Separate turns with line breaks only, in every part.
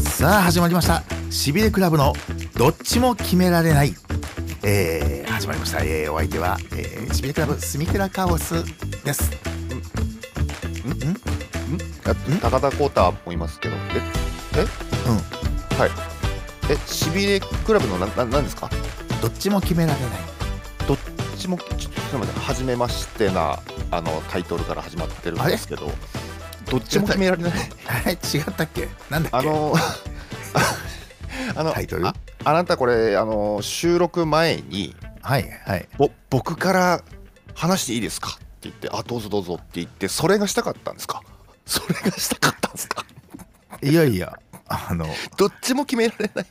さあ始まりましたしびれクラブのどっちも決められない、えー、始まりました、えー、お相手は、えー、しびれクラブスミクラカオスです
高田浩太もいますけどええ
うん
はいえしびれクラブのなななんですか
どっちも決められない
どっちもちょちょっと待って初めましてなあのタイトルから始まってるんですけどどっちも決められない
あれ違ったっけなんだっけ
あのあの
タイトル
ああなたこれあの収録前に
はいはい
ぼ僕から話していいですかって言ってあどうぞどうぞって言ってそれがしたかったんですかそれがしたかったんですか
いやいやあの
どっちも決められない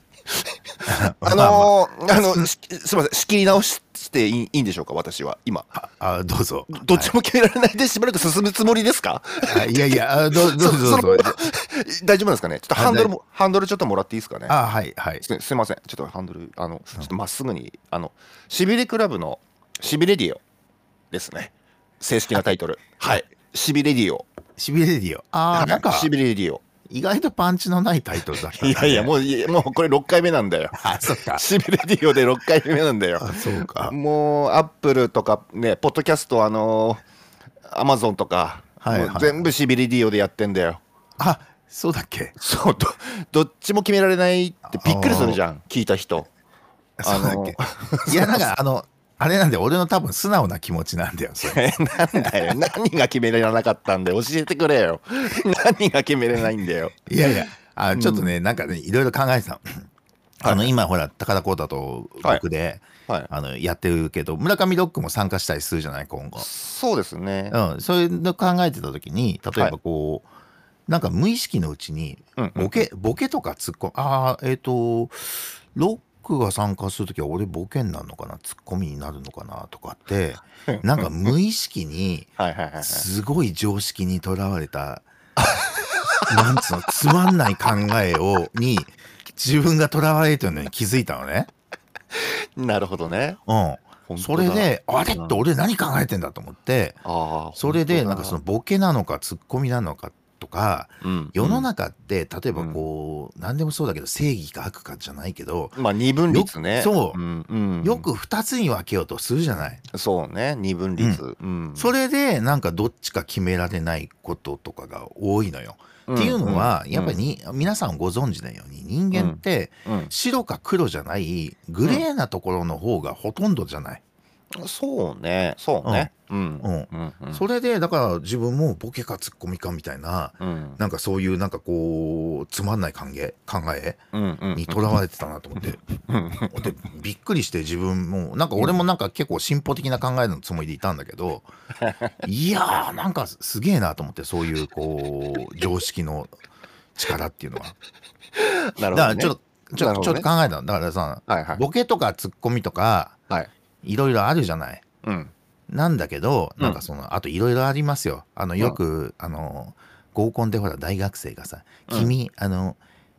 ま
あ
あまあ
のーあの、しすみません、仕切り直ししていいいいんでしょうか、私は、今。
あどうぞ
どっちも決められないでしばらく進むつもりです か
あいやいやあどうどうぞど
そう
ぞ
大丈夫なんですかねちょっと
あ
ハンドル
大
も、ハンドルちょっともらっていいですかね
あはいはい
すすみません、ちょっとハンドル、あの、ちょっとまっすぐに、あの、しびれクラブのしびれディオですね。正式なタイトル。はい。しびれディオ。
しびれレディオあーなんか
しびれディオ。
意外とパンチのないタイトルだった
いやいや、
う
もう、いやもうこれ6回目なんだよ。
あそっか
しびれディオで6回目なんだよ。
あそうか
もうアップルとかねポッドキャストあのアマゾンとか、
はいはい
もう全部シビリディオでやってんだよ
あそうだっけ
そうどどっちも決められないってびっくりするじゃん聞いた人
そうだっけいやなんかあのあれなんで俺の多分素直な気持ちなんだよそれ
え なんだよ何が決められなかったんで教えてくれよ何が決めれないんだよ
いやいやあちょっとね、なんかねいろいろ考えてたのあの今ほら高田浩太と僕で、
はい
あのやってるけど村上ロックも参加したりするじゃない今後、
そうですね
うん、そういうの考えてた時に例えばこう、なんか無意識のうちに
うんうん
ボケ、ボケとか突っ込むああえっ、とロックが参加する時は俺ボケになるのかなツッコミになるのかなとか ってなんか無意識に
はいはいはいはい
すごい常識にとらわれたなんつうのつまんない考えをに自分がとらわれてるのに気づいたのね。
なるほどね
う
本
ん、
当
そ
だ
れであれっ
うん
て俺何考えてんだと思って
ああ
それでなんかその、ボケなのかツッコミなのかとか
うん
世の中って例えばこう何でもそうだけど正義か悪かじゃないけど
まあ二分率ね
よそう
うんうん
よく2つに分けようとするじゃない。
そうね二分率、うん
それでなんかどっちか決められないこととかが多いのよ。っていうのは、やっぱり、に、皆さんご存知のように人間って
うんうん
白か黒じゃないグレーなところの方がほとんどじゃない。
そうね、そうね。うん。
うん
うん。うん
それでだから自分もボケかツッコミかみたいな
うん。
なんかそういうなんかこうつまんない考え考え
うん。うん
にと らわれてたなと思って
うん
でびっくりして自分もなんか俺もなんか結構進歩的な考えのつもりでいたんだけどいやーなんかすげえなと思ってそういうこう常識の力っていう のは。
なる
だか
ほど
ら
ね。
ちょっとちょ,、
なるほ
ちょ
ど
っ
ね
と考えたのだからさ、
はいはい。
ボケとかツッコミとか
はい。
いろいろあるじゃない
うん。
なんだけど
うん
なんかその、あといろいろありますよあのよく、あの合コンでほら大学生がさ「
うん
君あの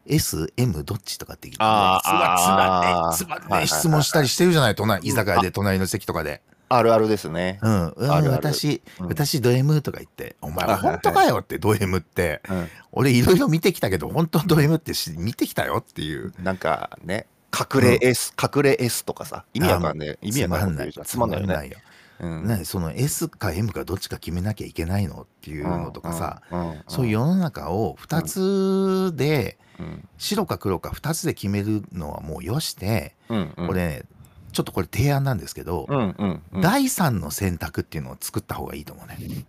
SM どっち?」とかって言って
あ
つば
ー
つばねつ
あーはい
ば
はい
ね質問したりしてるじゃない隣居酒屋で隣の席とかで
あるあるですね
「う。ん、うん
あるある
私、
うん
私ド M」とか言って「お前
はいはいはい
本当かよ」ってド M って
う。
俺いろいろ見てきたけど本当ド M ってし見てきたよっていうん
なんかね、隠れ S、隠れ S とかさ、意味わかんねえ。意味わ
つま
かん
ん
な
ないい。
じゃん。つまんないよ
つ
ね。
よ
うん
ね、その S か M かどっちか決めなきゃいけないのっていうのとかさ、、
うんん
そういう世の中を2つで、
うん。
白か黒か2つで決めるのはもうよして、
うん。うん
これ、ね、ちょっとこれ提案なんですけど、
うんうんうん。あ
第3の選択っていうのを作った方がいいと思うね。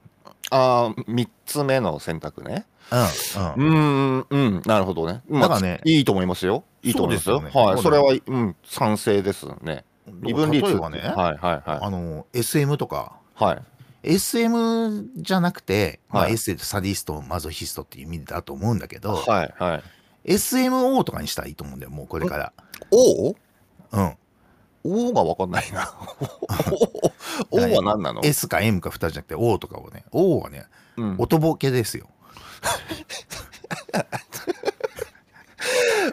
あー、3つ目の選択ね。
うん
う
うん
ん、うん、なるほどね。まあ
だからね
いいと思いますよ。いいと思いますよ。
そうですよね
はい。それは、うん、賛成ですね。二分率。
例えばね、
はいはいは
あの SM とか
い。はい。
SM じゃなくて、まあ、
はい
S サディストマゾヒストっていう意味だと思うんだけど、
はいはい。
SMO とかにしたらいいと思うんだよもうこれから。
王
うん
王がわかんないな。 王は何なの
S か M か2人じゃなくて O とかをね O はね
うん
音ボケですよ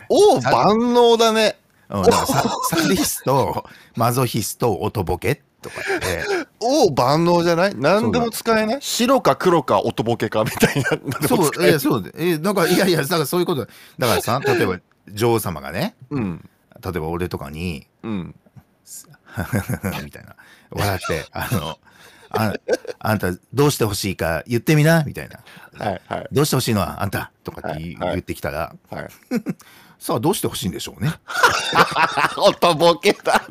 王万能だね。
うんだからササディストマゾヒスト音ボケとかって
おお万能じゃない何でも使えない白か黒か音ボケかみたいな何でも
そう、
使
い
え
や、そうで、え、だから、いやいや、だからそういうこと。だからさ、例えば、女王様がね、
うん
例えば俺とかに、
うん
みたいな、笑って、あの、ああんたどうしてほしいか言ってみな、みたいな。
はいはい
どうしてほしいのはあんたとかって言,、
はいはい
言ってきたら、
はい
さあどうしてほしいんでしょうね。
音ボケだな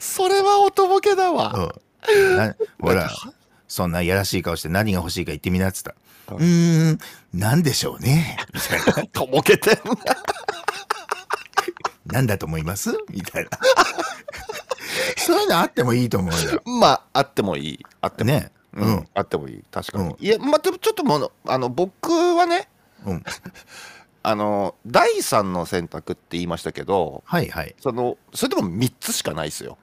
それは音ボケだわ、
うんなほら、そんないやらしい顔して何が欲しいか言ってみなっつったら、う
う
んーん、なんでしょうね。
音ボケてん
なんだと思いますみたいな。 そういうのあってもいいと思うよ。
なまああってもいいあってもいい
ね。
う
うんん。
あってもいい確かに、
うん
いやまあでもちょっともうあの僕はね
うん。
あの第三の選択って言いましたけど
はいはい。
そのそれでも3つしかないですよ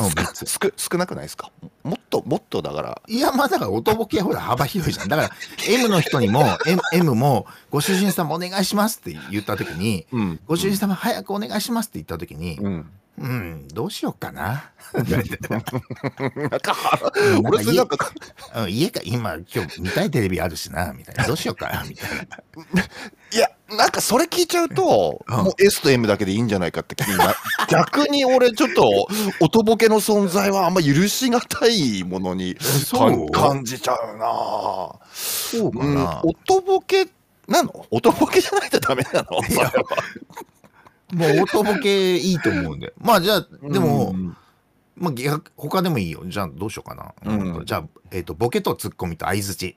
うん三つ
少少なくないですかもっともっとだから
いや、まあだから、音ボケはほら、幅広いじゃん。だから、M の人にも、M, M も、ご主人様お願いしますって言った時に、
うん
ご主人様早くお願いしますって言った時に、
うん、
うん、どうしようかな。う
なんか
うん
俺それなんか
ん家か、今、今日見たいテレビあるしな、みたいな。どうしようかな、みたいな。
いやなんかそれ聞いちゃうと、
うん
もう S と M だけでいいんじゃないかって気 にな逆に俺ちょっと音ボケの存在はあんま許しがたいものに
そう
か感じちゃうな
そうか
うん、
な。
音ボケなの音ボケじゃないとダメなのそれは
もう音ボケいいと思うん で。まあじゃあ、でも、
うん
まあ逆、他でもいいよ。じゃあどうしようかな。
うん
じゃあ、えっ、と、ボケとツッコミと相づち。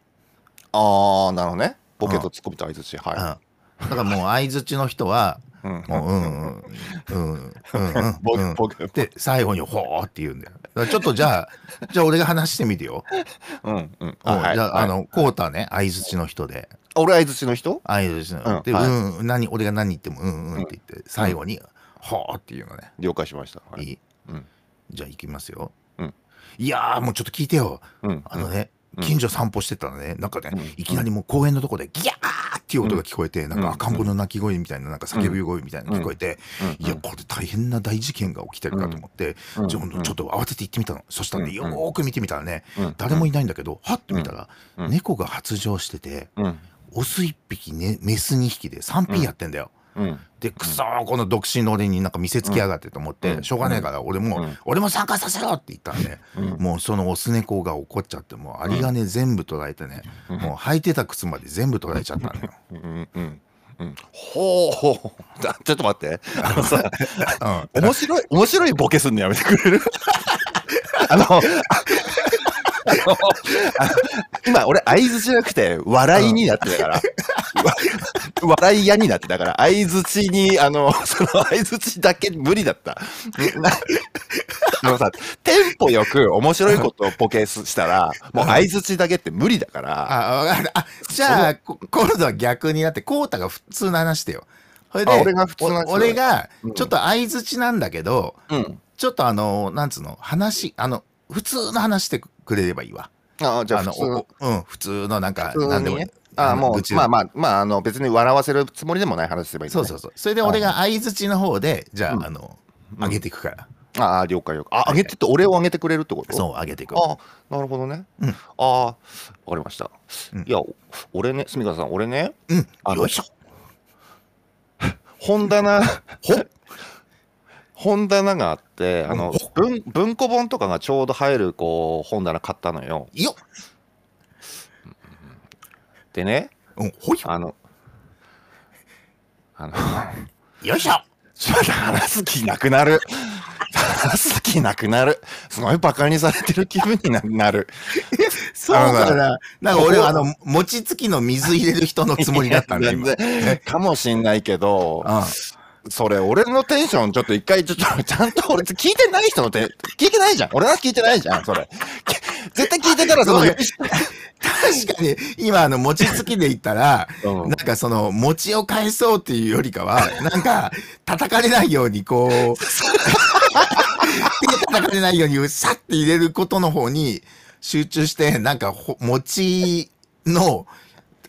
ああなるほどねボケとツッコミと相づち
うん。
は
だからもう相づちの人 は、
い、うん
もう、うんうん、うん、うん、
ボ
う
ケ
ん。
ボケ
で、最後に、ほーって言うんだよ。だからちょっとじ ゃあ、じゃあ俺が話してみてよ。
うんうん
うんじゃあ、あ
の
の、コータね、相づちの人で。
俺相づちの人
相づちの。で、
うんはい
うん、うん、何、俺が何言っても、うん、うんって言って、最後に、ほーっていうのね。
了解しました、はいい、
い
うん
じゃあ行きますよ
うん。
いやー、もうちょっと聞いてよ。
うん
あのね、
うん
近所散歩してたらね、なんかね、
うん
いきなりもう公園のとこでギャーっていう音が聞こえて、なんか赤ん坊の泣き声みたいな、なんか叫び声みたいなの聞こえて、
う
い
ん
や、これ大変な大事件が起きてるかと思って、
うん
ちょちょっと慌てて行ってみたの。そしたらね、
うん
よーく見てみたらね、
うん
誰もいないんだけど、はって見たら、
うん
猫が発情してて、
うん
オス1匹、ね、メス2匹で 3P やってんだよ。
うん
で、くそー、この独身の俺になんか見せつけやがってと思って、
うん
しょうがねえから、俺も、
うん
俺も参加させろって言ったらね、
うん
もうそのオス猫が怒っちゃって、もうアリがね、全部取られてね、
うん
もう履いてた靴まで全部取られちゃ ったのよ。
うんうんうんほうほうだ ちょっと 待ってあのさ
うん
面白い面白いボケすんのやめてくれる あの ああのあの今俺相づちじゃなくて笑いになってたから、わ笑い屋になってたから相づちにあのその相づちだけ無理だったなあのさテンポよく面白いことをボケすしたらもう相づちだけって無理だから
あ、わかった。あ、じゃあ、こ今度は逆になって、コータが普通の話してよ。それで、
あ俺が普通の話
お俺が
うん、
ちょっと相づちなんだけど、
うん
ちょっとあの、なんつうの、話、あの、普通の話してくれればいいわ。
あじゃあ
の
普通の
おおうん、普通のなんか、
普通にね
なんでもいい。
ああ
の
も
愚痴
う
でも
まあまあまああの別に笑わせるつもりでもない話すればいいんだ
そ
ね、
うそうそう。それで俺が相づちの方で、じゃ
うん
あ、あの、上げていくから。
ああ了解了解あ上げてって俺を上げてくれるってこと
そう、上げていく。
あなるほどね、
うん
ああわかりました、
うん
いやお俺ね住川さん俺ね
う
あ
ん。
の
よいしょ。
本棚 本棚があってあの
ほ
文文庫本とかがちょうど入るこう本棚買ったのよ
よっ。
でね
うん、ほい
あのあの
よいしょ。
ちょっと話す気なくなる話す気なくなるすごいバカにされてる気分にななる
そう
あ
か
の
な。なんか俺はあの、餅つきの水入れる人のつもりだったんだ、今。
全然かもしんないけど
あ
それ、俺のテンション、ちょっと一回、ちょっと、ちゃんと俺、聞いてない人のて、聞いてないじゃん。俺は聞いてないじゃん、それ。き絶対聞いてから、その、
そうね
よし
確かに、今、あの、餅つきで言ったら、
う
な
ん
んかその、餅を返そうっていうよりかは、 なんか、叩かれないように、こう、手叩かれないように、さって入れることの方に集中して、なんかほ、餅の、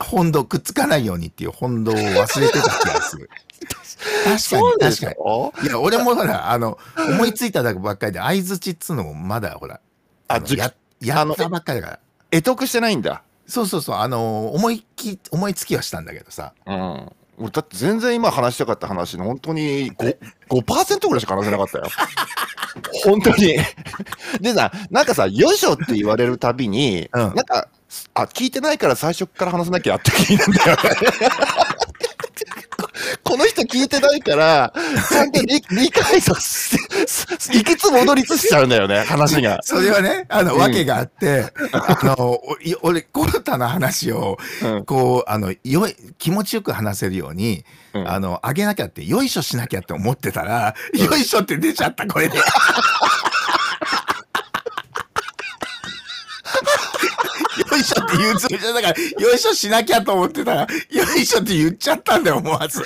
本堂くっつかないようにっていう本堂を忘れてた気がする。確
そ
か
うで
に、
し
確か
ょ
に。いや、俺もほら、あの、思いついただけばっかりで、相づちっつうのもまだほら、
あ、
の
ず
ややったばっかりだから。
得得してないんだ。
そうそうそう、あの、思いき、思いつきはしたんだけどさ。
うん。俺だって全然今話したかった話の本当に 5%, 5ぐらいしか話せなかったよ。 本当に。でさ、なんかさ、よいしょって言われるたびに、
うん
なんか、あ、聞いてないから最初から話さなきゃって気になるんだよ。 この人聞いてないから、ちゃんと 理理解させてす、すいくつ戻りつしちゃうんだよね、話 が。
それはね、あの、
うん
わけがあって、あの、おい俺、コロタの話を、
うん
こう、あの、よい、気持ちよく話せるように、
うん
あの、あげなきゃって、よいしょしなきゃって思ってたら、よいしょって出ちゃった、これで。よいしょって言うつもりじゃなかったから、よいしょしなきゃと思ってたら、よいしょって言っちゃったんだよ、思わず。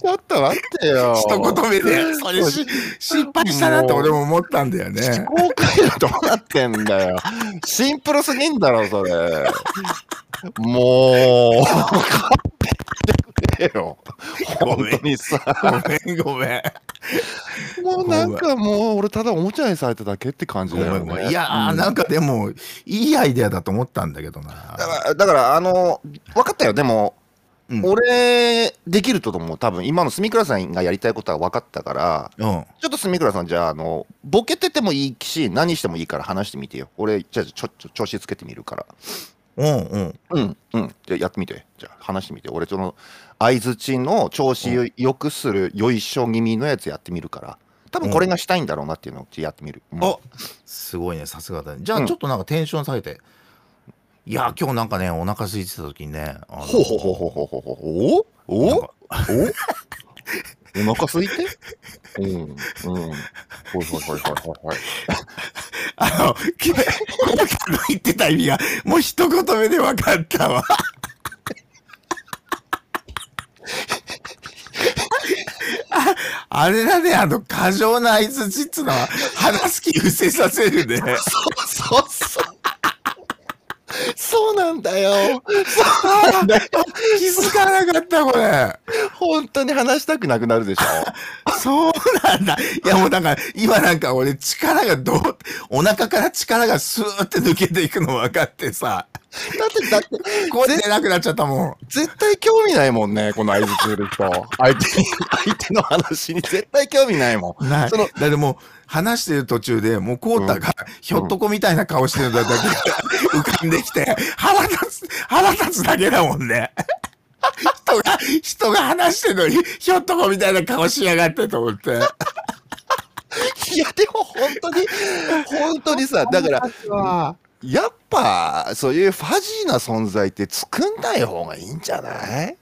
ちょっと待ってよ。
一言目で。それし、失敗したなって俺も思ったんだよ
非
ね。
公開はどうなってんだよ。シンプルすぎんだろ、それ。もう、勘弁してくれよ。
ご
本
めん
当にさ、
ごめん、ごめん。
もうなんかもう、俺ただおもちゃにされただけって感じ
ごめ
だ
ん
よ、
ごめん
ね。
いやー、
うん
なんかでも、いいアイデアだと思ったんだけど
だか
な。
ら、だからあの、分かったよ、でも、
うん
俺、できると思う。多分、今の住倉さんがやりたいことは分かったから、
うん。
ちょっと住倉さん、じゃあ、あの、ボケててもいいし、何してもいいから話してみてよ。俺、じゃあ、ちょ、ちょ、調子つけてみるから。
うんうん。
うんうん。じゃあやってみて。じゃあ話してみて。俺その相づちの調子を良くするよいしょ気味のやつやってみるから。多分これがしたいんだろうなっていうのをやってみる。うん
おすごいね、さすがだね。じゃ
う
あ、
ん
ちょっとなんかテンション下げて。いやー、今日なんかね、お腹空いてた時にね。あの
ほうほうほうほうほうほうほう。
な
おお
ん
お
か
お腹空い てうんうん。ほいほいほいほいほいほい。
あの、きこの人の言ってた意味が、もう一言目で分かったわ。ああれだね、あの、過剰な相づちっつのは、話す気伏せさせるね。
そうそうそう。そうなんだよ。そうなんだよ。
気づかなかった、これ。
本当に話したくなくなるでしょ。
そうなんだ。いや、もうなんか、今なんか俺、力がどう、お腹から力がスーって抜けていくの分かってさ、
だって、だって、
声出なくなっちゃったもん。
絶対興味ないもんね、この相槌する人。相手に、相手の話に絶対興味ないもん。
ない。
その
だってもう、話してる途中で、もう、コータが、ひょっとこみたいな顔してるだけが浮かんできて、腹立つ、腹立つだけだもんね。人が、人が話してるのに、ひょっとこみたいな顔しやがってと思って。
いや、でも本当に、本当にさ、だから、やっぱ、そういうファジーな存在って作んない方がいいんじゃない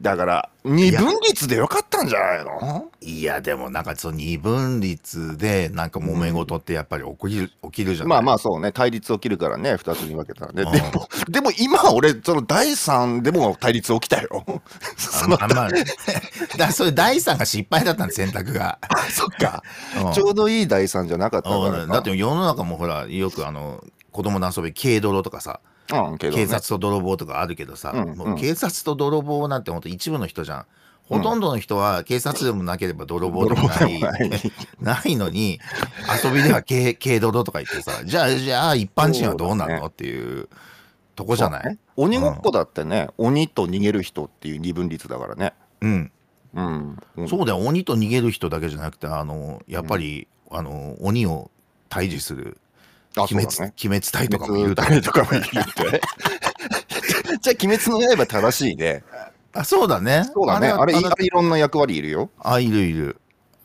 だから、二分率でよかったんじゃないの
いや、でもなんか、その二分率で、なんか揉め事ってやっぱり起きる、起きるじゃない
まあまあそうね、対立起きるからね、二つに分けたらね。
うん
でも、でも今俺、その第三でも対立起きたよ。 その
あん まり。だからそれ第三が失敗だったの選択 が。
そっか。
うん
ちょうどいい第三じゃなかったか
う
ら
ん
な。
だって世の中もほらよくあの子供の遊び軽泥とかさ、
うん、けどね
警察と泥棒とかあるけどさ、
うん
も
うん
う警察と泥棒なんてほんと一部の人じゃん。ほとんどの人は警察でもなければ泥棒でもない。 ないのに、遊びでは軽軽泥とか言ってさ、じゃあ、じゃあ一般人はどうな
そうだ
のっていうとこじゃない
そうね鬼ごっこだってね、鬼と逃げる人っていう二分率だからね。
うん。
うん。うん
そうだよ、鬼と逃げる人だけじゃなくて、あの、やっぱり、あの、鬼を退治する、
あ
鬼滅、
そうだね
鬼滅隊とかもい
鬼
る
滅
だ
誰とかもいるって。じゃあ、鬼滅の刃正しいね。
あ、そうだね。
そうだね。あれ、いあれいろんな役割いるよ。
あ、いるいる。
うん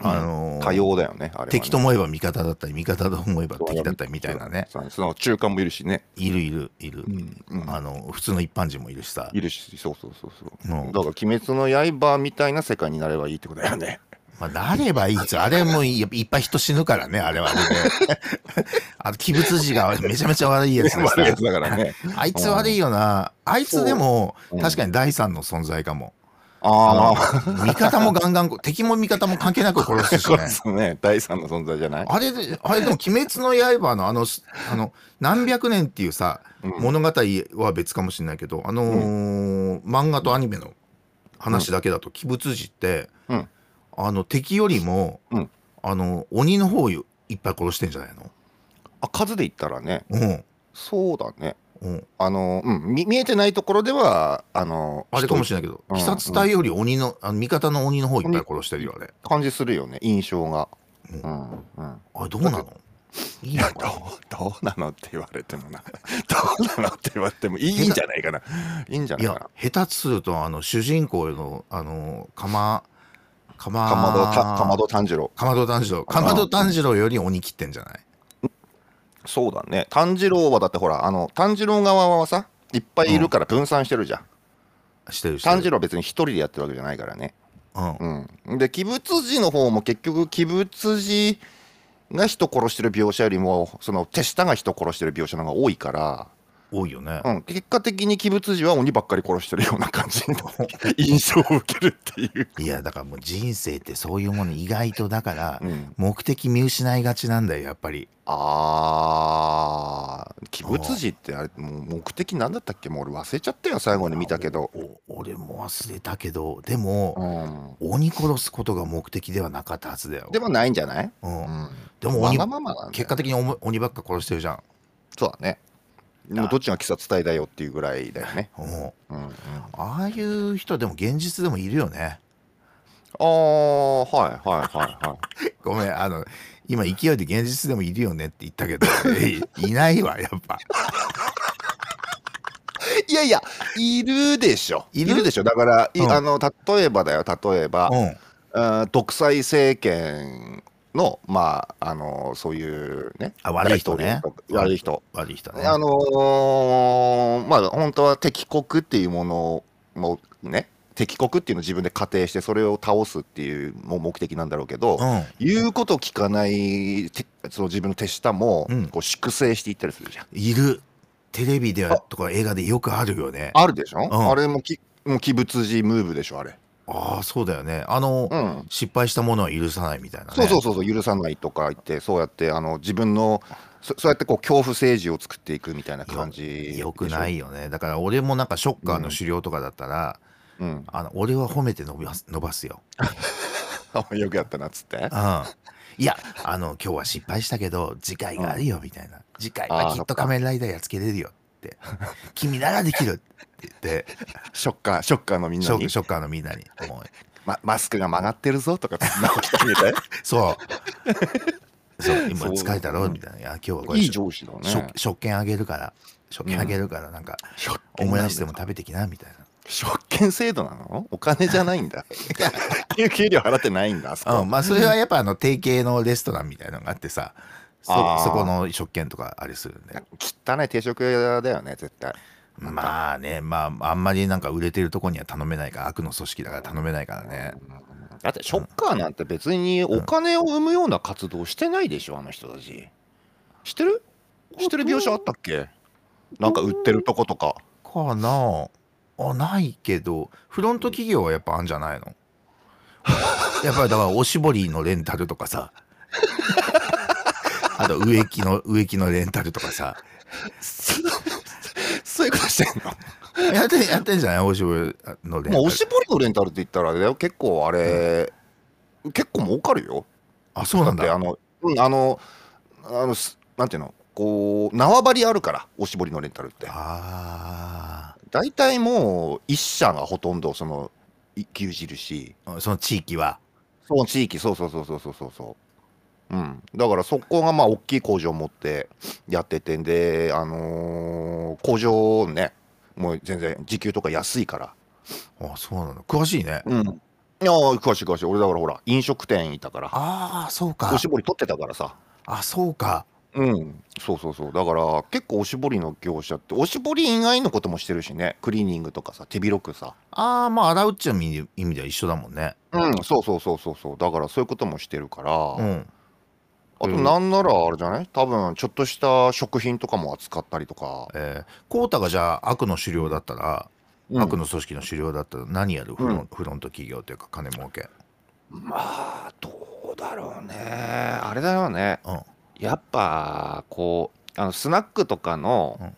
あのー
多様だよね。あれはね
敵と思えば味方だったり、味方と思えば敵だったりみたいなね。
そうその中間もいるしね。
いるいるいる。
うん。うん
あの、普通の一般人もいるしさ。
いるし、そうそうそうそう。
う
だ
ん
から、鬼滅の刃みたいな世界になればいいってことだよね。
まあ、なればいいっつうあれもいやっぱいっぱい人死ぬからね、あれはね。 あの、鬼物児がめちゃめちゃ悪いやつで
悪いやつ
さ。
だ からね。
あいつ悪いよな。あいつでも
そうう、ん
確かに第三の存在かも。
ああ、
味方もガンガンこう、 敵も味方も関係なく殺すし
そう
ね
で。すね。第三の存在じゃない
あれで、あれでも、鬼滅の刃のあの、しあの、何百年っていうさ、
うん
物語は別かもしれないけど、あのー漫画とアニメの話だけだと、鬼物児って、
うん
あの、敵よりも、
うん
あの、鬼の方をいっぱい殺してんじゃないの
あ数で言ったらね、
うん。
そうだね。
うん、
あの、うん、み見えてないところでは、あの、
あれかも
し
しれないけど、
うん
鬼殺隊より鬼の、あの味方の鬼の方いっぱい殺してるよ、あれ。
感じするよね、印象が。
うん
うん、うん。
あれ、どうなのいい
い
のか
やど
な
うどうなのって言われても などうなのって言われてもいいいいんじゃないかないいんじゃ
い
ないか
や
な
下手するとあの主人公のあの釜釜
かまどたかまど炭治郎
かまど炭治郎かまど炭治郎より鬼切ってんじゃない
そうだね炭治郎はだってほらあの炭治郎側はさいっぱいいるから分散してるじゃん、
してるしてる
炭治郎は別に一人でやってるわけじゃないからね
うん
うんで鬼仏寺の方も結局鬼仏寺が人殺してる描写よりもその手下が人殺してる描写の方が多いから
多いよね、
うん、結果的に鬼仏寺は鬼ばっかり殺してるような感じの 印象を受けるっていう、
いやだからもう人生ってそういうもの意外とだから
うん、
目的見失いがちなんだよやっぱり
あー、鬼仏寺ってあれ、もう目的なんだったっけもう俺忘れちゃったよ、最後に見たけど。
お俺も忘れたけどで
う
も、
ん。
鬼殺すことが目的ではなかったはずだよ
でもないんじゃない
うん
うん。
でも
わ
鬼
がままなんだよ
結果的に鬼鬼ばっか殺してるじゃん、
そうだね。でもどっちが鬼殺隊だよっていうぐらいだよね。
うん、
うん、うん。あ
ああいう人でも現実でもいるよね
ー、はいはいはいはい。
ごめん、あの、今勢いで現実でもいるよねって言ったけ ど、いいないわ、やっぱ。
いやいや、いるでしょ。
い
い
る
るでしょ。だから、い
うん
あの例えばだよ、例えば、
うん。
あー独裁政権の、まあ、あのそういうね、
あ悪い人ね
大統領とか悪い人。
悪い人ね。
あのーまあ本当は敵国っていうものもね敵国っていうのを自分で仮定してそれを倒すっていうもう目的なんだろうけど、言うこと聞かないてその自分の手下も
うん
こう粛清していったりするじゃん。
うん。いる。テレビではとか映画でよくあるよね。
あるでしょ、
ん
あれもきもう鬼仏寺ムーブでしょあれ。
ああ、そうだよね。あの、
うん
失敗したものは許さないみたいな、ね。
そうそうそうそう許さないとか言ってそうやってあの自分のそそうやってこう恐怖政治を作っていくみたいな感じでしょ
よくな、いよね。だから俺もなんかショッカーの狩猟とかだったら、
うん、
あの俺は褒めて伸ばす伸ばすよ。
よくやったなっつって
うん。いや、あの、今日は失敗したけど、次回があるよ、みたいな。次回はきっと仮面ライダーやっつけれるよって。君ならできるって言 って、
ショッカーショッカーのみん
シ
な
ョ
に
ショッカーのみんなに。もう
ま、マスクが曲がってるぞとか直してあげ て
そう。そう、今
そう
疲れたろみたいな。いや、今日はこれ、
いい上司だ
しょ
ね
食券あげるから、食券あげるから、なんか、
食
オムライスでも食べてきな、みたいな。
食券制度なのお金じゃない んだ給給料払ってないんだあそこ
うん、まあ、それはやっぱ、あの、定型のレストランみたいなのがあってさ、そ
あー
そこの食券とかあれするんで。
汚い定食屋だよね絶対
まあね、まあ、あんまりなんか売れてるとこには頼めないから、悪の組織だから頼めないからね。
だってショッカーなんて別にお金を生むような活動してないでしょあの人たち知ってる知ってる描写あったっけなんか売ってるとことか
かなあ、ないけど、フロント企業はやっぱあんじゃないの やっぱりだから、おしぼりのレンタルとかさ、 あと植木の、植木のレンタルとかさ、
そういうことして んの
やって、やってんじゃないおしぼりのレンタ
も
ル
うお。しぼりのレンタルって言ったらあれだよ結構あれ、結構儲かるよ
あ、そうなん
で
だ。
あの、うん、あの、あの、すなんていうの、こう、縄張りあるから、おしぼりのレンタルって。
あ
大体もう、一社がほとんど、その、い牛耳るし、
あ、その地域は。
その地域、そうそうそうそうそうそうそう。うん、だからそこがまあ大きい工場を持ってやっててんで、あのー工場ねもう全然時給とか安いから、
あ、そうなんだ。詳しいね。
うん、いやー詳しい詳しい俺だからほら飲食店いたから
ああ、そうか
お。しぼり取ってたからさ
あ、そうか。
うん、そうそうそうだから結構おしぼりの業者っておしぼり以外のこともしてるしねクリーニングとかさ手広くさ
ああ、まあ、洗うっちゅう意味では一緒だもんね。
うんそうそうそうそうそうだからそういうこともしてるから、
う
あ
ん。う
と
ん
なんならあれじゃない多分ちょっとした食品とかも扱ったりとか
えー、コータがじゃあ悪の狩猟だったら、
うん
悪の組織の狩猟だったら何やるフロ,、フロント企業というか金儲け。
まあどうだろうねあれだよね
うん。
やっぱこうあのスナックとかの、
うん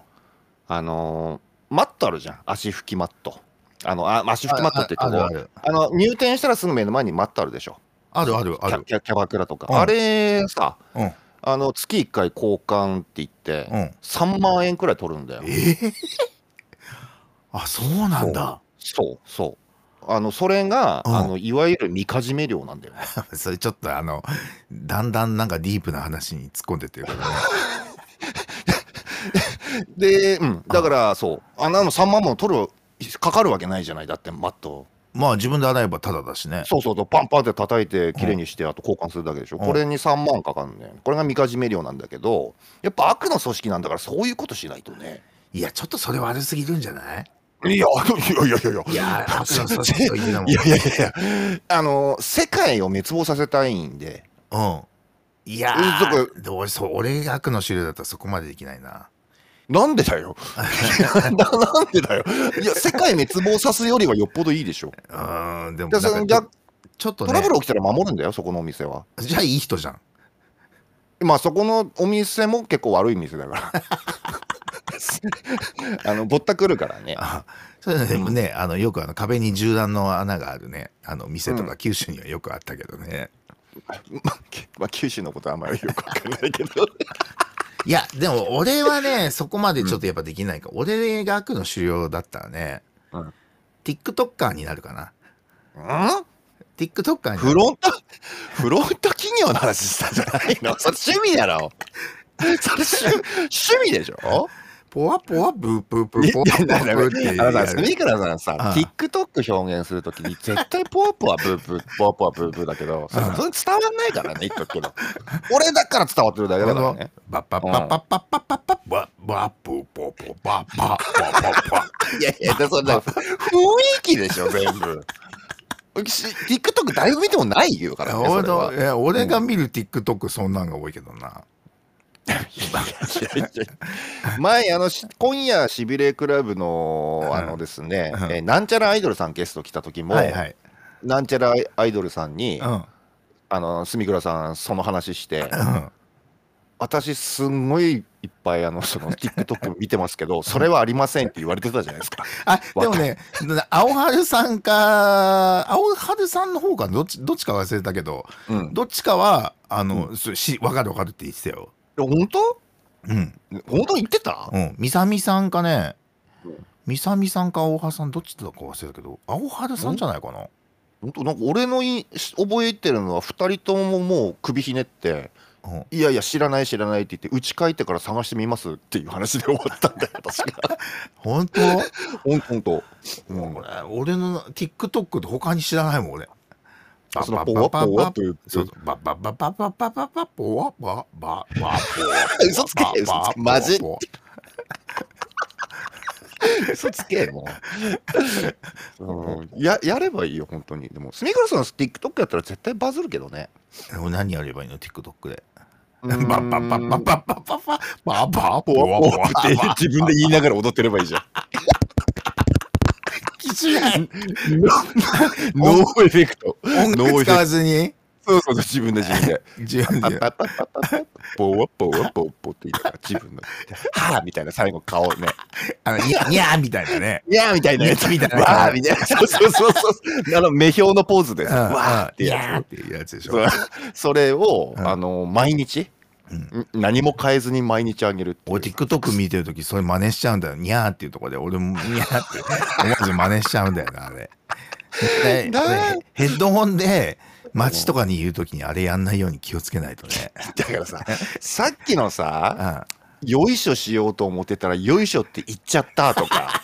あのーマットあるじゃん足拭きマットあのあ足拭きマットって言
あ
って
る
こ
あ
う
る。
あの入店したらすぐ目の前にマットあるでしょ
あるある
キ
あ
ャ
る。
キャキャバクラとか、
うん
あれさ、
うん
あの月1回交換って言って、
うん。
3万円くらい取るんだよ
えーあそうなんだ。
そうそうあのそれが、
うん
あのいわゆるみかじめ料なんだよね
それちょっとあのだんだんなんかディープな話に突っ込んでってるけどね。
で、うん、だからそうあんなの3万も取るかかるわけないじゃないだってマット
まあ自分で洗えばタダだしね。
そうそうそう、パンパンって叩いて、綺麗にして、あと交換するだけでしょ。
うん
これに3万かかるね。これがみかじめ料なんだけど、やっぱ悪の組織なんだから、そういうことしないとね。
いやちょっとそれ悪すぎるんじゃない
いや、いやいやいやいや。
いや悪の組織というのも。
いやいやいやいやあの、世界を滅亡させたいんで、
うん。いや
うんそ
ー、で俺、そう俺が悪の種類だったらそこまでできないな。
なんでだ よ。ななんでだよ。いや、世界滅亡さすよりはよっぽどいいでしょ。
うーん、でも
で
なん
そ
か
の
ち
だ
ょちょっと
トラ
ね
ブ、ル起きたら守るんだよ、そこのお店は。
じゃあいい人じゃん。
まあそこのお店も結構悪い店だ から。あのぼったくるからね。
あそれでもね、あのよくあの壁に銃弾の穴があるね、あの店とか九州にはよくあったけどね。
まあ、きまあ、九州のことはあんまりよくわかんないけど。
いや、でも俺はね、そこまでちょっとやっぱできないから、俺が悪の狩猟だったらね、
うん
TikToker になるかな。
ん
TikToker にな
フ
る。
ロント、フロント企業の話したんじゃないのそれ趣味だろ。それ趣趣味でしょ
ポワポワブープープ
い
ー
や
ポワポワブーって
いやあのさ、スミ
やる。
カラさんさ、
ああ
TikTok 表現するときに絶対ポワポワブー ブー、ポワポワブーブーだけど、それ
ああ
それ伝わんないからね、言っとくけど。俺だから伝わってるだけだからね。
バッパッパッパッパッパッパッパッバッバップーポーポーバッバッバッバッバッ
いやいや、でそんな雰囲気でしょ、全部。し TikTok 誰も見てもないよからね。そ
俺
れ は
のいや俺が見る TikTok そんなんが多いけどな。
いやいや前あのし今夜しびれクラブの
うん
あのですね、
うん
えーなんちゃらアイドルさんゲスト来た時も、
はいはい。
なんちゃらアイドルさんに、
うん。うん。
あの住倉さんその話して私すんごいいっぱいあの その TikTok 見てますけどそれはありませんって言われてたじゃないですか
あでもね、青春さんか、青春さんの方か、どっちどっちか忘れたけど、
うん
どっちかは、あの、そし分かる分かるって言ってたよ。
本当
うん。
本当言ってた
うん。みさみさんかね
うん、
みさみさんか青春さん、どっちだか忘れたけど、青春さんじゃないかな。
本当なんか俺のい覚えてるのは2人とももう首ひねって
うん
「いやいや知らない知らない」って言って「うち帰ってから探してみます」っていう話で終わった んだよ確か
本当、
ほんほんと、うん、
俺俺の TikTok って他に知らないもん、俺。
そのポワポワという
そうババババババババボワバババボワ
嘘つけ
ババ
嘘つけマジ
ボワ
嘘つけもう、うん、ややればいいよ本当にでも住倉さんの TikTok やったら絶対バズるけどね
俺何やればいいの TikTok で
バ
バババババババババババボ
ポワ
ワ
ポ
ボ
ワ
ワ
って自分で言いながら踊ってればいいじゃんノーノーエフェクト
音楽使わずに
そうそうそう自分で自分で
自分
パ
で
パパパパパポワポワポポって言いながら自分のはあみたいな最後顔ね
あのニャニャーみたいなね
いやーみたいなやつ
みたいな
わーみたいなそうそうそうそうあの目標のポーズで
うん
すわーって
ニ
やつ
ャーっていうやつでし
そ
ょ
う それを、
うん
あの毎日、
うん
ん何も変えずに毎日あげるっていう
俺 TikTok 見てるときそれ真似しちゃうんだよニャーっていうところで俺もニャーって思わず真似しちゃうんだよなあ れで
だ
俺ヘッドホンで街とかにいるときにあれやんないように気をつけないとね
だからさ さっきのさ
あ
「よいしょしようと思ってたらよいしょって言っちゃった」とか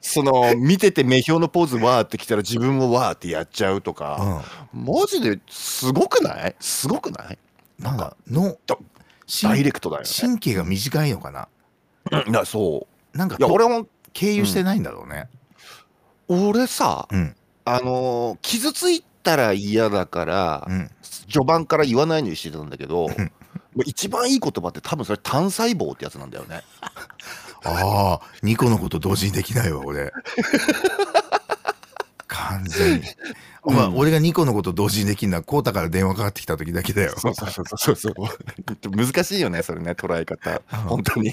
その見てて目標のポーズわーってきたら自分もわーってやっちゃうと
う
か、
ん
マジですごくないすごくない
なんかの
だ
し
ダイレクトだよね。
神経が短いのかな
うんいやそう
なんか
いや
と
俺も
経由してないんだろうね
俺さ
うん
あのー傷ついたら嫌だから
う、ん
序盤から言わないようにし てたんだけど、
ん
もう一番いい言葉って多分それ単細胞ってやつなんだよね。
ああ、2個のこと同時にできないわ、俺。 完全に。まあ、
うん
俺が2個のこと同時にできるのは、コータから電話かかってきた時だけだよ。
そうそうそうそうそう。難しいよね、それね、捉え方。
うん
本当に。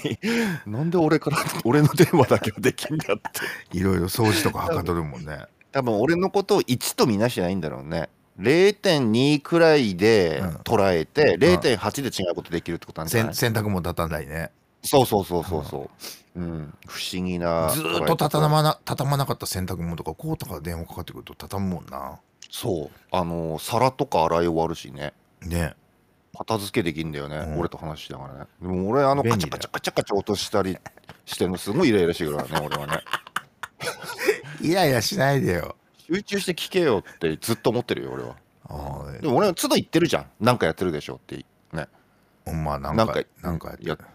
なんで俺から、俺の電話だけはできんだって。
いろいろ掃除とかはかどるもん ね。
多分俺のことを1とみなしてないんだろうね。0.2くらいで
うん
捉えて、0.8で違うことできるってことなんじゃ
せ
なんい
洗濯も立たないね。
そうそうそうそうそう。うん、不思議な。
ずーっと畳まな畳まなかった洗濯物とか、コータから電話かかってくると畳むもんな。
そう。あのー、皿とか洗い終わるしね。
ね。
片付けできんだよね、
うん
俺と話しながらね。でも俺、あの、
便
カ
利
チャ
だ
カ
よ
チャカチャカチャ落としたりしてるの、すごいイライラしてくる からね、俺はね。
イライラしないでよ。
集中して聞けよってずっと思ってるよ、俺は。
ああ
でも俺は都度言ってるじゃん。なんかやってるでしょって。ね。
ほんまあ、なん
なん
か
か、
なんかやって
や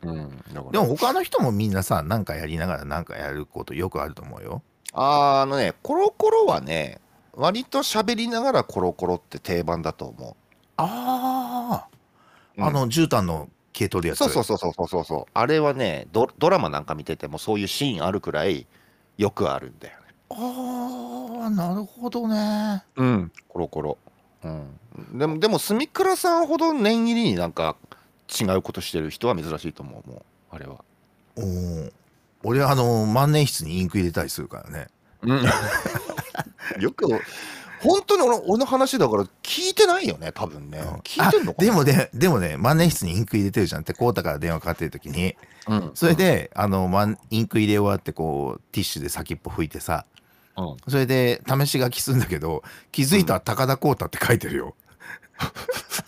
うん。だから
でも他の人もみんなさ、なんかやりながらなんかやることよくあると思うよ。
あーあのね、コロコロはね、割と喋りながらコロコロって定番だと思
あ
う。
あ、あの、絨毯の系統で
う
や
ん、
つ。
そうそうそうそうそうそうそう。あれはねド、ドラマなんか見ててもそういうシーンあるくらいよくあるんだよね。
ああ、なるほどね。
うん。コロコロ。うん。でも、でも、住倉さんほど念入りになんか違うことしてる人は珍しいと思う、もう。あれは。
おお。俺、あの、万年筆にインク入れたりするからね。
うん、 よく本当に俺俺の話だから聞いてないよね多分ね、
うん
聞いてんのかな
でもね、でもね、万年筆にインク入れてるじゃんって、コータから電話かかってる時に、
うん
それで、あの、まんインク入れ終わって、こう、ティッシュで先っぽ拭いてさ、
うん
それで、試し書きするんだけど、気づいたら高田コータって書いてるよ。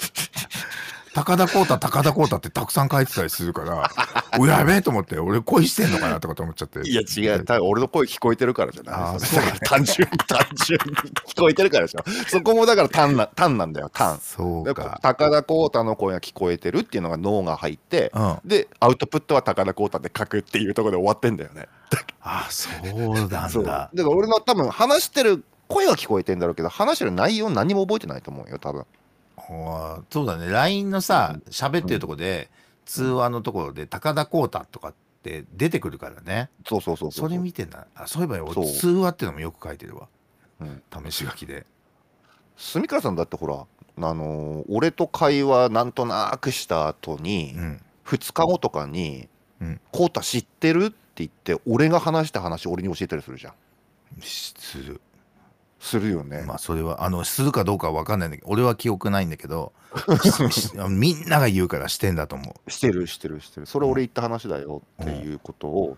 高田コータ、高田コータってたくさん書いてたりするから、おやべえと思って、俺恋してんのかなとかと思っちゃって。
いや違う、多分俺の声聞こえてるからじゃない
あー
それだから単純に、 単純に聞こえてるからでしょ。そこもだから単な単なんだよ、単。
そう
だから
か。
高田浩太の声が聞こえてるっていうのが脳が入って、
うん。あ
で、アウトプットは高田浩太で書くっていうところで終わってんだよね。
そうな
そ
ん
うだ
だ
か。ら俺の多分話してる声は聞こえてんだろうけど、話してる内容何も覚えてないと思うよ、多分。
あーそうだね。LINE のさ、喋ってるとこで、通話のところで、高田コータとかって出てくるからね。
そうそうそうう
それ見てんだ。あ、そういえば
そ
俺、
う
通話ってのもよく書いてるわ。
うん
試し書きで。
住倉さんだってほら、あのー俺と会話なんとなくした後に、
うん。
2日後とかに
うん
「こうた、知ってる?」って言って俺が話した話俺に教えたりするじゃん。
する。
するよね。
まあ、それは、あの、するかどうかは分かんないんだけど、俺は記憶ないんだけ ど、ししみんなが言うからしてんだと思う。
してるしてるしてる。それ俺言った話だよっていうことを、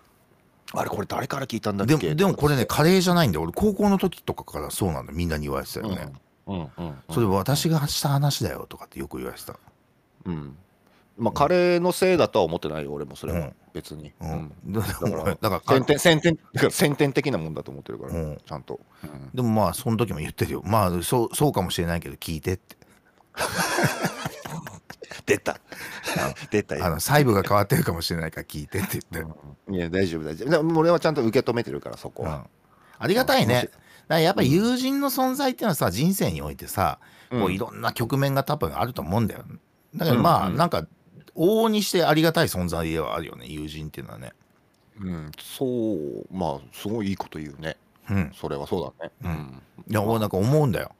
あれこれ誰から聞いたんだっ
で
け
もでもこれね、カレーじゃないんだよ。俺、高校の時とかからそうなんだよ。みんなに言われてたよね。
うんうんうんうん
それ私がした話だよとかってよく言われてた。
うんまあカレーのせいだとは思ってないよ俺もそれ
う
は
ん
別に。
う
うんん。
だから
だから
だから
先天先天だから先天的なもんだと思ってるから、
うん
ちゃんと。うん
でもまあ、その時も言ってるよ。まあ、そう、そうかもしれないけど、聞いてって。
出た 出た
あの、細部が変わってるかもしれないから 聞いてって言って。
いや大丈夫大丈夫でも俺はちゃんと受け止めてるからそこ
う
は、
んありがたいね。だ
うん
からやっぱり友人の存在っていうのはさ、人生においてさ、こ
う
うんいろんな局面が多分あると思うんだよ。だからまあ、
うんうん
なんか、往々にしてありがたい存在ではあるよね、友人っていうのはね。
うん、そう、まあ、すごいいいこと言うね。
うん。
それはそうだね。
うん
ん。
いや、俺なんか思うんだよ。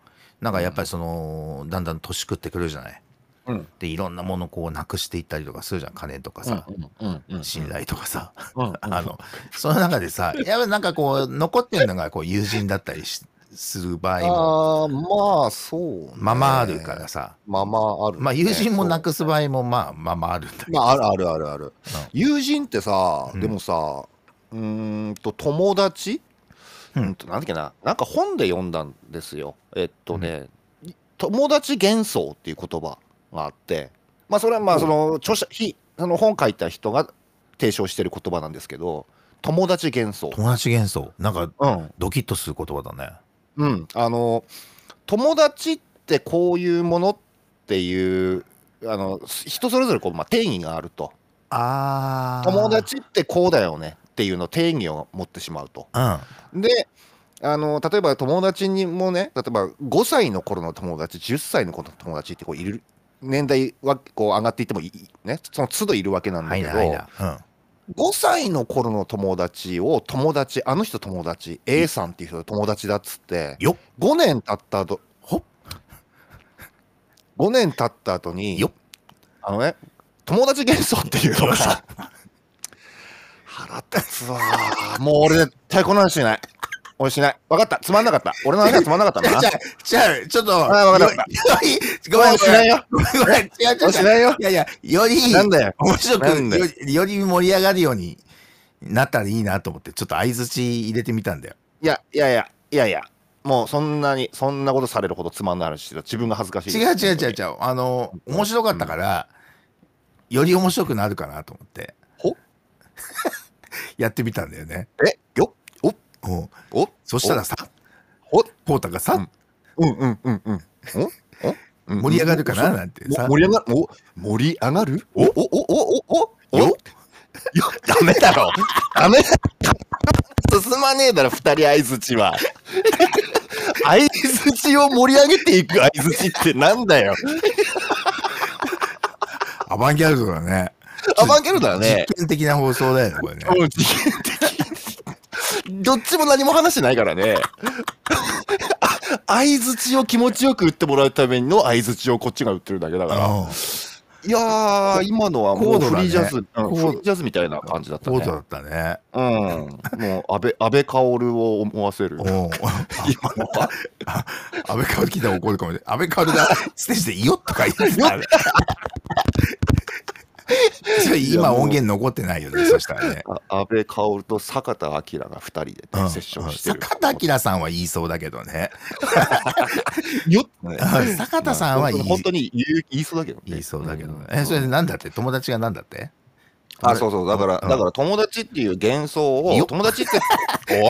なんかやっぱりその、だんだん年食ってくるじゃない。
うん。
で、いろんなものこうなくしていったりとかするじゃん。金とかさ、
うん。うん。
信頼とかさ。
うん。うん。
あの、 その中でさ、やっぱりなんかこう、残ってるのがこう友人だったりしする場合も、
ああ、まあ、そう、ね。
ままあるから。さ、
ままある、
まあ友人もな
そ
くす場合も、まあままあるんだ
う。まあ、あるあるあるある。
う
友人ってさ、
うん
でもさ、うーんと、友達
う
うんんと、なんだっけな、なんか本で読んだんですよ。えっとね、友達幻想っていう言葉があって、まあ、それはまあ、その、著者、ひその本書いた人が提唱してる言葉なんですけど、友達幻想。
友達幻想、なんか
うん。
ドキッとする言葉だね。
うん、あの友達ってこういうものっていうあの人それぞれこう、まあ、定義があると
あ
友。達ってこうだよねっていうの定義を持ってしまうと
うん。
であの例えば友達にもね例えば5歳の頃の友達10歳の頃の友達ってこういる年代はこう上がっていってもいいねその都度いるわけなんだ
はい
け
な、
ど、
はいな。
5歳の頃の友達を友達あの人友達 A さんっていう人が友達だっつって
よっ
5年経った後
ほっ
5年経った後に
よっ
あのね友達幻想っていうのが
さ
さ腹立つわーもう俺絶対この話しない俺しない分かったつまんなかった俺の話はつまんなか った
じゃ
な
あじゃあちょっと
あわかったわか
よりごめん
俺
ご
しな
め
い
ん
よ
ごめん違う違う
俺しないよ
いやいやより
なんだよ
面白く
なんだよ
よりより盛り上がるようになったらいいなと思ってちょっと相づち入れてみたんだよ
いやいやいやいやいやもうそんなにそんなことされるほどつまんない話してた自分が恥ずかしい
違う違う違う違うあの面白かったから、より面白くなるかなと思って
ほ
やってみたんだよね、
えよっ
うん、
おお
そしたらさ
お
ポータがさ、
うんうんうんうんうんおおうん
盛り上がるかななんて
お
さ、
盛り上がるお盛り上がるおおおおおお
よ
よよダメだろダメ進まねえだろ二人相づちは相づちを盛り上げていく相づちってなんだよ
アバンギャルドだね
アバンギャルドだね
実験的な放送だよねこれね
もう次元的どっちも何も話してないからね。相づちを気持ちよく打ってもらうための相づちをこっちが打ってるだけだから。
うん
いやー、今のはも
高
う
度だね
フリージャズ、うん
高
フリージャズみたいな感じだった
ポータ
ね。
だったね
うん。もう安倍、安倍薫を思わせる
う。ん
今のは。
安倍薫聞いたら怒るかもしれない安倍薫 がステージで「よっ」とか言ってたね それ今音源残ってないよねそしたらね
あ安倍薫と坂田明が二人でね、
うん
セッションしてる。
坂田明さんは言いそうだけどね。
よっね
坂田さんは言い
本当に言い言いそうだけどね。
言いそうだけどね。え、それでなんだって友達がなんだって
あ、そうそう。だから、
うん
だから友達っていう幻想
よ
を、
っ
友 達って、お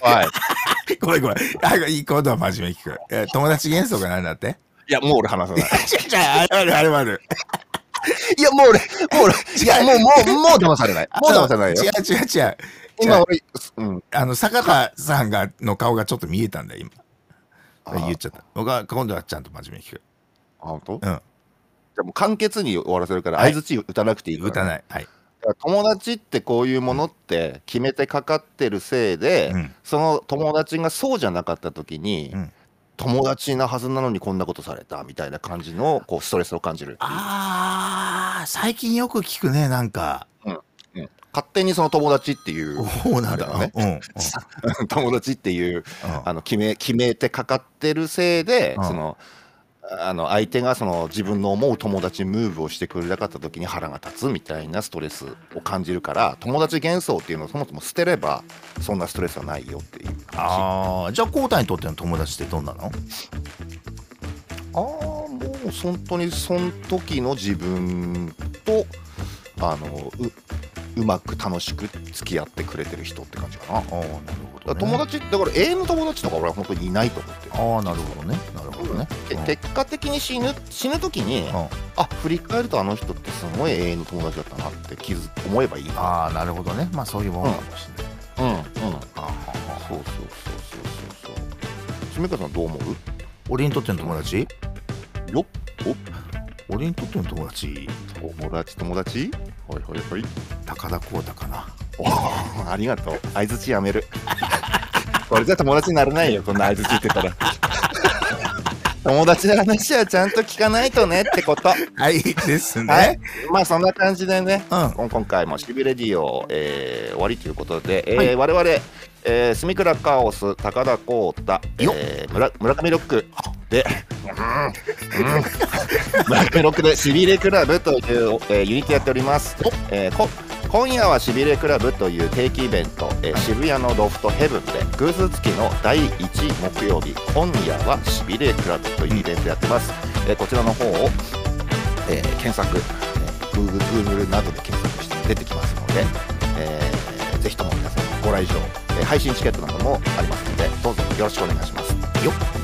い。
ごめんごめん。あ、今度は真面目に聞く。え友達幻想がなんだって
いや、 もう俺 話さない。
じゃあ、あるあるある。
いや、もう俺、もう俺、いや、もう、もう、もう騙されない。もう騙されないよ
違。う違う違う。
今俺、うん。
あの、坂田さんが、の顔がちょっと見えたんだよ、今。
あ
言っちゃった。僕は今度はちゃんと真面目に聞く。
あ、本当？うん。
ん
じゃあもう簡潔に終わらせるから、
はい
相づち打たなくていいから。
打たない。はい。
だから友達ってこういうものって決めてかかってるせいで、
うん
その友達がそうじゃなかった時に、
うん
友達なはずなのにこんなことされたみたいな感じのこうストレスを感じるっていう
あー、最近よく聞くね、なんか。
うん勝手にその友達っていう
おおなんだ。
ね
うん。うん
友達っていう
うん
あの決め決めてかかってるせいで、
うん
そのあの相手がその自分の思う友達ムーブをしてくれなかった時に腹が立つみたいなストレスを感じるから友達幻想っていうのをそもそも捨てればそんなストレスはないよっていう話あ
あー、じゃあ、コウタにとっての友達ってどんなの
あーもう本当にその時の自分とあのううまく楽しく付き合ってくれてる人って感じかな。だか
ああ、なるほ
ら友達だから永遠の友達とか俺は本当にいないと思ってる
ああ、なるほどね。なるほどね。
け結果的に死ぬ死ぬ時に、
うん
あ振り返るとあの人ってすごい永遠の友達だったなって気づ思えばいいな
ああ、なるほどね。まあ、そういうもんかもしれない。
うんうんそう
ああ
そうそうそうそうそうめかさんどう思う
俺にとっての友達
よっ
俺にとっての友達、
お友達友達はいはいはい
高田浩太かな。
おー ありがとう相づちやめるこれじゃ友達にならないよこんな相づち言ってたら友達の話はちゃんと聞かないとねってこと
はい、ですね。
はいまあそんな感じでね
うん。
今今回もシビレディオ、えー終わりということで、えー
はい
我々、えー、住倉カオス高田浩太、
よっ
えー村村上ロックで、うんうん村上ロックでしびれクラブという、えーユニットやっております
お、
えーこ今夜はしびれクラブという定期イベント、えー渋谷のロフトヘブンで偶数月の第1木曜日今夜はしびれクラブというイベントやってます、えーこちらの方をえー検索、えー Google, Google などで検索して出てきますので、えーぜひとも皆さんご来場、えー配信チケットなどもありますのでどうぞよろしくお願いします。
よ